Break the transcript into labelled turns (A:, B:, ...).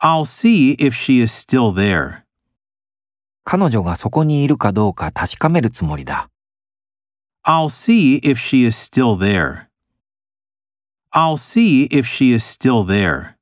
A: I'll see if she is still there.
B: 彼女がそこにいるかどうか確かめるつもりだ。
A: I'll see if she is still there. I'll see if she is still there.